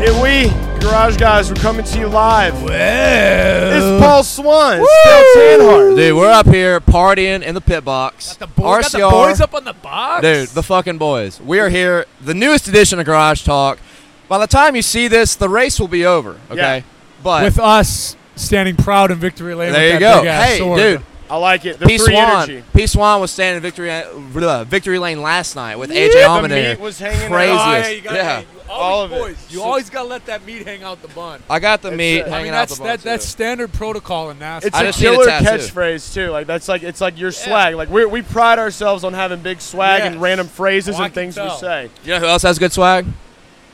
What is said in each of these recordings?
Hey, we, Garage Guys, we're coming to you live. It's Well, Paul Swan, it's Cal Tanhart. dude, we're up here partying in the pit box. The boys, got the RCR, boys up on the box. dude, the fucking boys. We are here, the newest edition of Garage Talk. By the time you see this, the race will be over. Okay, Yeah. but with us standing proud in victory lane. there with you that go. big ass Hey, sword. dude, I like it. The P free Swan, energy. P Swan was standing in victory uh, victory lane last night with AJ The Allmendinger. meat was hanging Crazy. out. Oh, Craziest. yeah, you gotta, Yeah. hey, you All always, of it. boys, you So- always gotta let that meat hang out the bun. I got the meat uh, I mean, hanging I mean, out that's the that, bottom, that's too. standard protocol in NASA. It's I a just need a killer tattoo. catchphrase too. Like that's like it's like your swag. Like we we pride ourselves on having big swag and Yes. random phrases Oh, I and can things we tell. say. You know who else has good swag?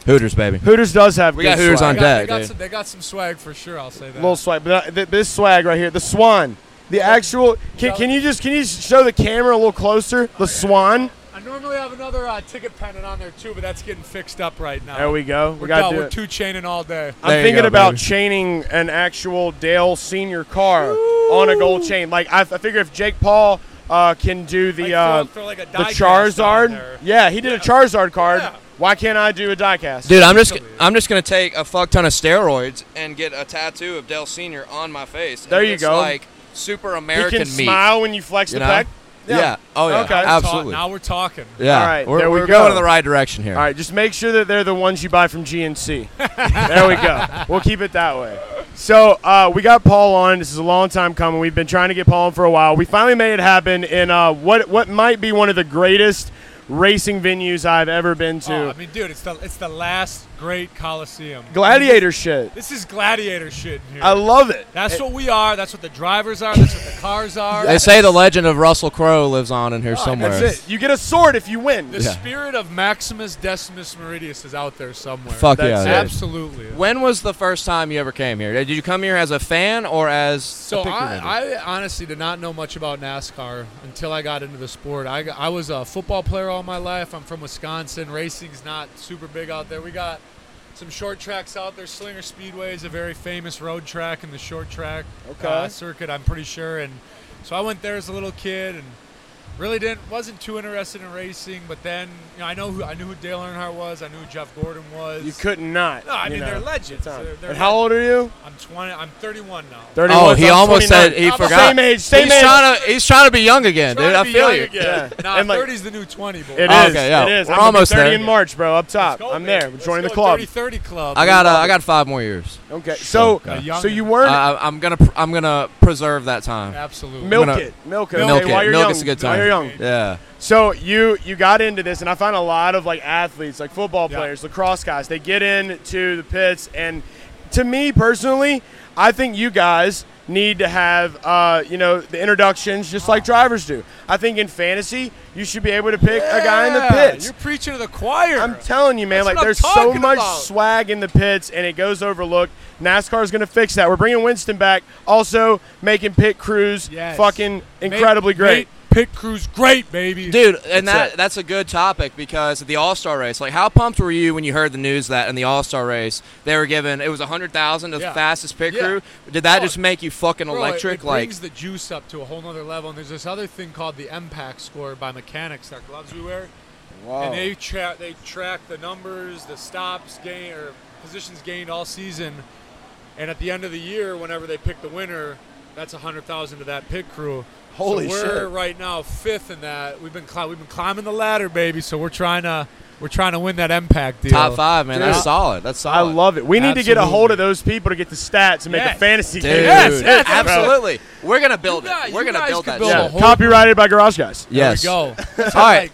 Hooters, baby. Hooters does have We good got Hooters they swag. on got, they deck, got dude. some, they got some swag for sure. I'll say that. little swag. But uh, th- this swag right here, the swan, the actual. Can, can you just can you just show the camera a little closer? The swan. I normally have another uh, ticket pendant on there too, but that's getting fixed up right now. There we go. We We're, got done. to do we're it. two chaining all day. There I'm you thinking go, about baby. chaining an actual Dale Senior car on a gold chain. Like I, I figure if Jake Paul uh, can do the Like, uh, throw- throw like a the die cast Charizard, on there. yeah, he did a Charizard card. Yeah. Why can't I do a diecast? Dude, I'm just I'm just gonna take a fuck ton of steroids and get a tattoo of Dell Senior on my face. and There you it's go. Like super he American can meat. smile when you flex you the know? pec. Yeah. Oh yeah. Okay. Absolutely. Now we're talking. yeah. All right, We're, there we we're go. going in the right direction here. All right, just make sure that they're the ones you buy from GNC. there we go. We'll keep it that way. So uh, we got Paul on. This is a long time coming. We've been trying to get Paul on for a while. We finally made it happen in uh, what what might be one of the greatest racing venues I've ever been to. Oh, I mean, dude, it's the it's the last great Coliseum. Gladiator shit. This is gladiator shit in here. I love it. that's what we are. That's what the drivers are. That's what the cars are. They say the legend of Russell Crowe lives on in here somewhere. That's it. You get a sword if you win. the Yeah. spirit of Maximus Decimus Meridius is out there somewhere. Fuck That's yeah. dude. Absolutely. When was the first time you ever came here? Did you come here as a fan or as So a picture I, mover? I honestly did not know much about NASCAR until I got into the sport. I, got- I was a football player all my life. I'm from Wisconsin. Racing's not super big out there. We got some short tracks out there. Slinger Speedway is a very famous road track in the short track Okay. uh, circuit, I'm pretty sure. And so I went there as a little kid and really didn't wasn't too interested in racing. But then you know, I know who I knew who Dale Earnhardt was. I knew who Jeff Gordon was. You couldn't not. No, I you mean know. they're legends. They're, they're and how old are you? I'm 20. I'm 31 now. 31. Oh, he I'm 29. almost said he I'm the forgot. Same age. Same he's age. Trying to, he's trying to be young again, dude. I feel you. Yeah. Nah, And, like, 30's the new 20, boy. It is. Oh, okay, yeah. It is. We're I'm gonna be almost 30 there. in March, bro. Up top. Let's go, I'm baby. there. We're Let's joining the go, club. 30-30 club. I got uh, I got five more years. Okay. So, God. so you weren't I, I'm gonna pr- I'm gonna preserve that time. absolutely. milk gonna- it. Milk it. Milk okay, it. While you're Milk young. is a good While time. you're young. Yeah. So you you got into this, and I find a lot of like athletes, like football Yeah. players, lacrosse guys, they get into the pits, and to me personally, I think you guys need to have uh, you know the introductions just Ah. like drivers do. I think in fantasy you should be able to pick a guy in the Yeah, pits. You're preaching to the choir. I'm telling you, man. That's like, what I'm there's so talking much about. swag in the pits, and it goes overlooked. NASCAR is going to fix that. We're bringing Winston back. Also, making pit crews Yes. fucking Make- incredibly great. make Pit crew's great, baby. Dude, and That's that it. that's a good topic because the All Star race. Like, how pumped were you when you heard the news that in the All Star race they were given it was hundred thousand to the Yeah. fastest pit Yeah. crew? Did that Oh. just make you fucking Bro, it- electric? it like, brings the juice up to a whole nother level. And there's this other thing called the impact score by mechanics, our gloves we wear. And they track they track the numbers, the stops gained or positions gained all season, and at the end of the year, whenever they pick the winner, that's a hundred thousand to that pit crew. Holy so we're shit. right now fifth in that. We've been cli- we've been climbing the ladder, baby. So we're trying to we're trying to win that impact deal. top five, man. Dude. That's solid. That's I solid. love it. We need to get a Absolutely. hold of those people to get the stats and make a Yes. fantasy Dude, game. Yes, yes, absolutely. We're gonna build You guys- it. We're you gonna guys build could that. build shit. a Yeah. whole- Copyrighted by Garage Guys. There Yes. we go. So, All right. like,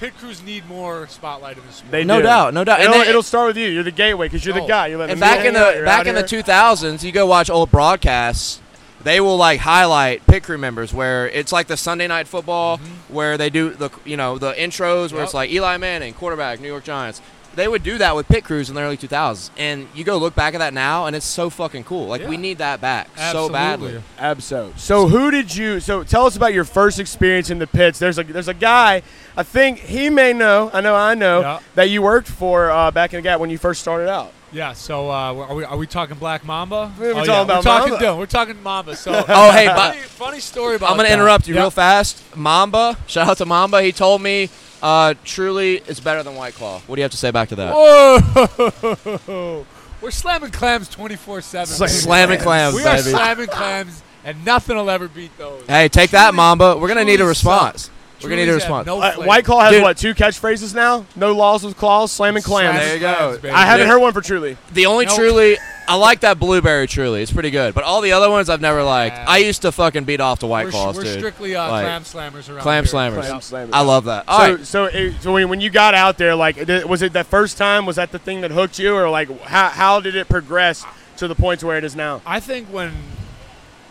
pit crews need more spotlight in this. sport. They No do. doubt, no doubt. And It'll, they- it'll start with you. You're the gateway because you're the Oh. guy. You're letting And me back hang in out. the You're back out in here. the 2000s, you go watch old broadcasts. They will like highlight pick crew members where it's like the Sunday night football where they do the you know the intros where Mm-hmm. it's Yep. like Eli Manning quarterback New York Giants they would do that with pit crews in the early 2000s, and you go look back at that now, and it's so fucking cool. Like we Yeah. need that back so Absolutely. badly. Abso. So who did you? So tell us about your first experience in the pits. There's a there's a guy. I think he may know. I know I know Yeah. that you worked for uh, back in the gap when you first started out. Yeah. So uh, are we are we talking Black Mamba? Oh, We're yeah, talking about we're talking Mamba. Dylan. We're talking Mamba. So Oh, hey, but- funny, funny story about. I'm gonna that. interrupt you Yeah. real fast. Mamba, shout out to Mamba. He told me, uh, truly, it's better than White Claw. What do you have to say back to Oh, that? Whoa! We're slamming clams 24 Slam- seven. Slamming clams, We are baby. slamming clams, and nothing will ever beat those. Hey, take that, Truly- Mamba. We're gonna need a truly response. We're gonna Trulies need a have response. no Uh, flavor. White Claw has Dude. what two catchphrases now? No laws with claws, slamming clams. There you go. Clams, baby. I haven't Dude. heard one for Truly. The only Nope. truly, I like that blueberry truly. It's pretty good. But all the other ones I've never liked. Yeah. I used to fucking beat off to White We're, Claws, we're dude. strictly uh, Like, clam slammers around clam here. slammers. Clam slammers. I love that. All So, right. so, it, so when, when you got out there, like, did, was it the first time? Was that the thing that hooked you, or like, how, how did it progress to the point to where it is now? I think when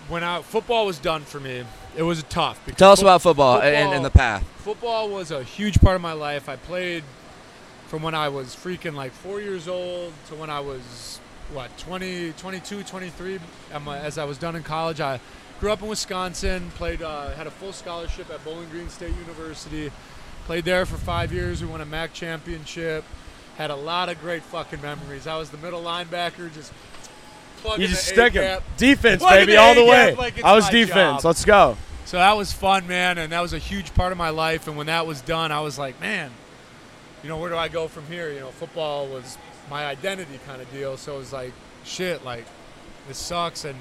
when I, football was done for me, it was tough. Because Tell us fo- about football, And, and the path. Football was a huge part of my life. I played from when I was freaking like four years old to when I was, what, 20, 22, 23. Am- As I was done in college, I grew up in Wisconsin, played, uh, had a full scholarship at Bowling Green State University, played there for five years. We won a MAC championship, had a lot of great fucking memories. I was the middle linebacker, just plugging You just the stick him. A-gap. Defense, Plug in baby, the all the way. A-gap like it's I was my defense. job. Let's go. So that was fun, man, and that was a huge part of my life. And when that was done, I was like, man, you know, where do I go from here? You know, football was my identity kind of deal. So it was like, shit, like, this sucks. And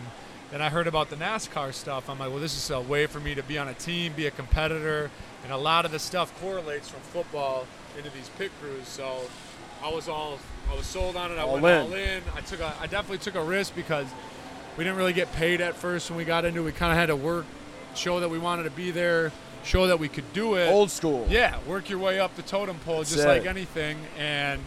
then I heard about the NASCAR stuff. I'm like, well, this is a way for me to be on a team, be a competitor. And a lot of the stuff correlates from football into these pit crews. So I was all, I was sold on it. I All went in. all in. I took a, I definitely took a risk because we didn't really get paid at first when we got into it. We kind of had to work, show that we wanted to be there, show that we could do it. school. Yeah, work your way up the totem pole just it. like anything. And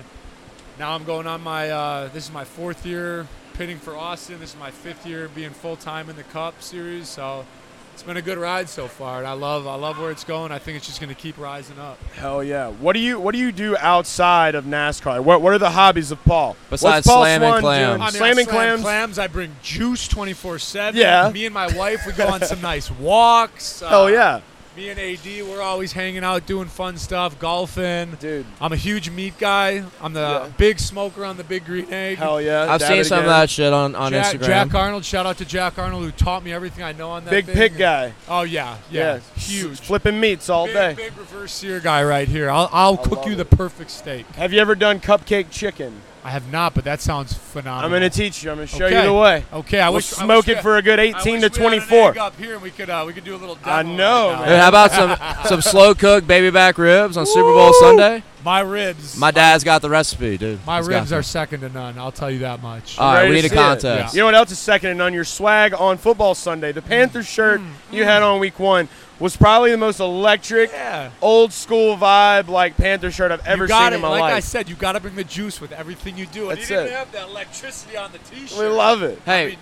now I'm going on my, uh, this is my fourth year pitting for Austin. This is my fifth year being full time in the Cup Series. So it's been a good ride so far. And I love, I love where it's going. I think it's just going to keep rising up. Hell yeah. What do you What do you do outside of NASCAR? What What are the hobbies of Paul? What's Besides Paul slamming Swan clams. doing? I mean, Um, slamming I slam clams. I bring juice 24 7. Yeah. Me and my wife, we go on some nice walks. Uh, Hell yeah, Me and AD, we're always hanging out, doing fun stuff, golfing. dude. I'm a huge meat guy. I'm the Yeah. big smoker on the Big Green Egg. Hell yeah. I've Dab seen it some of again. that shit on, on Jack, Instagram. Jack Arnold, shout out to Jack Arnold who taught me everything I know on that. Big thing. pig guy. Oh yeah, yeah, Yeah. huge. Flipping meats all big, day. big reverse sear guy right here. I'll, I'll I cook love you the it. perfect steak. Have you ever done cupcake chicken? I have not, but that sounds phenomenal. I'm gonna teach you. I'm gonna show you Okay. the way. Okay, I We'll wish I smoke wish it for a good we- I 18 to wish we had an 24. egg up here, and we could uh, we could do a little. Demo I know, right now. Dude, how about some some slow cooked baby back ribs on Super Bowl Woo! Sunday? My ribs. My dad's got the recipe, dude. my He's got ribs it. are second to none. I'll tell you that much. All right, Ready we to need a see it. contest. You know what else is second and none? Your swag on football Sunday. The Panthers shirt Hmm. you had on week one was probably the most electric, yeah. old school vibe like Panther shirt I've ever you got seen it. in my like I life. said, you got to bring the juice with everything you do. And That's you didn't it. have that electricity on the t-shirt. we love it. I Hey, mean,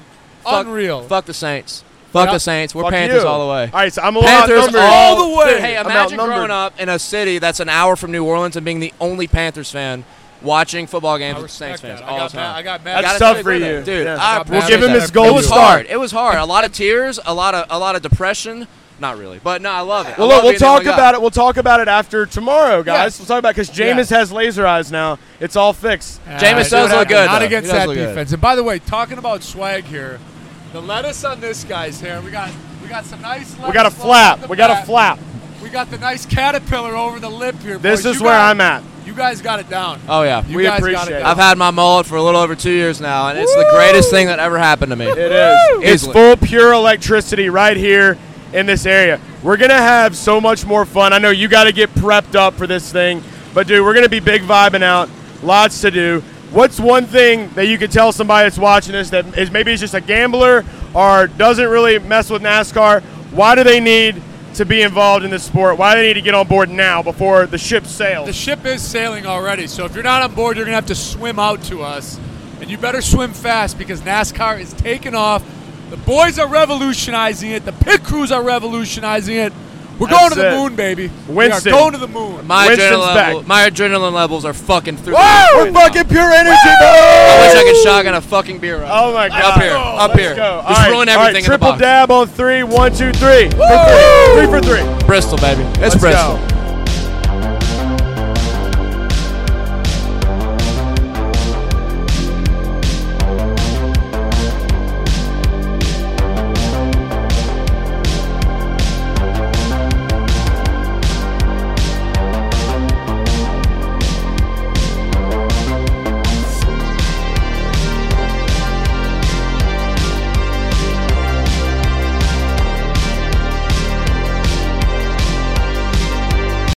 fuck- unreal. Fuck the Saints. Fuck Yep. the Saints. We're Fuck Panthers you. all the way. All right, so I'm a little Panthers outnumbered. all Oh, the way. Dude, hey, I'm imagine outnumbered. growing up in a city that's an hour from New Orleans and being the only Panthers fan watching football games I with Saints respect fans that. I all got the time. mad. I That's got mad. Gotta tough say for that. you. dude. Yeah. I We'll appreciate give him that. his gold It was star. hard. It was hard. A lot of tears. A lot of a lot of depression. Not really, but no, I love it. I Well, love look, we'll being the talk only guy. about it. We'll talk about it after tomorrow, guys. Yeah. We'll talk about because Jameis has laser eyes now. It's all fixed. Ah, Jameis it does look happened. good, Not though. against He does that look good. defense. And by the way, talking about swag here, the lettuce on this guy's hair. We got we got some nice. We got a lettuce on the flap. We got a back. flap. We got the nice caterpillar over the lip here. This boys. is You where guys- I'm at. You guys got it down. Oh yeah, You we guys appreciate got it it. down. I've had my mullet for a little over two years now, and it's the greatest thing that ever happened to me. It is. It's Easily. full pure electricity right here in this area. We're gonna have so much more fun. I know you got to get prepped up for this thing, but dude, we're gonna be big vibing out. Lots to do. What's one thing that you could tell somebody that's watching this that is maybe is just a gambler or doesn't really mess with NASCAR? Why do they need to be involved in this sport? Why do they need to get on board now before the ship The sails? ship is sailing already, so if you're not on board, you're gonna have to swim out to us, and you better swim fast because NASCAR is taking off. The boys are revolutionizing it. The pit crews are revolutionizing it. We're going to the That's it. moon, baby. Winston. We are going to the moon. My Winston's adrenaline, level, back. my adrenaline levels are fucking through. the Whoa! roof right now. Fucking pure energy, I wish I bro! could shotgun a fucking beer right Oh my now. god. Up here, up Let's here. Go. All Just right, ruin all right, everything in the Triple box. dab on three. One, two, three. For three. Three for three. Bristol, baby. It's Let's Bristol. go.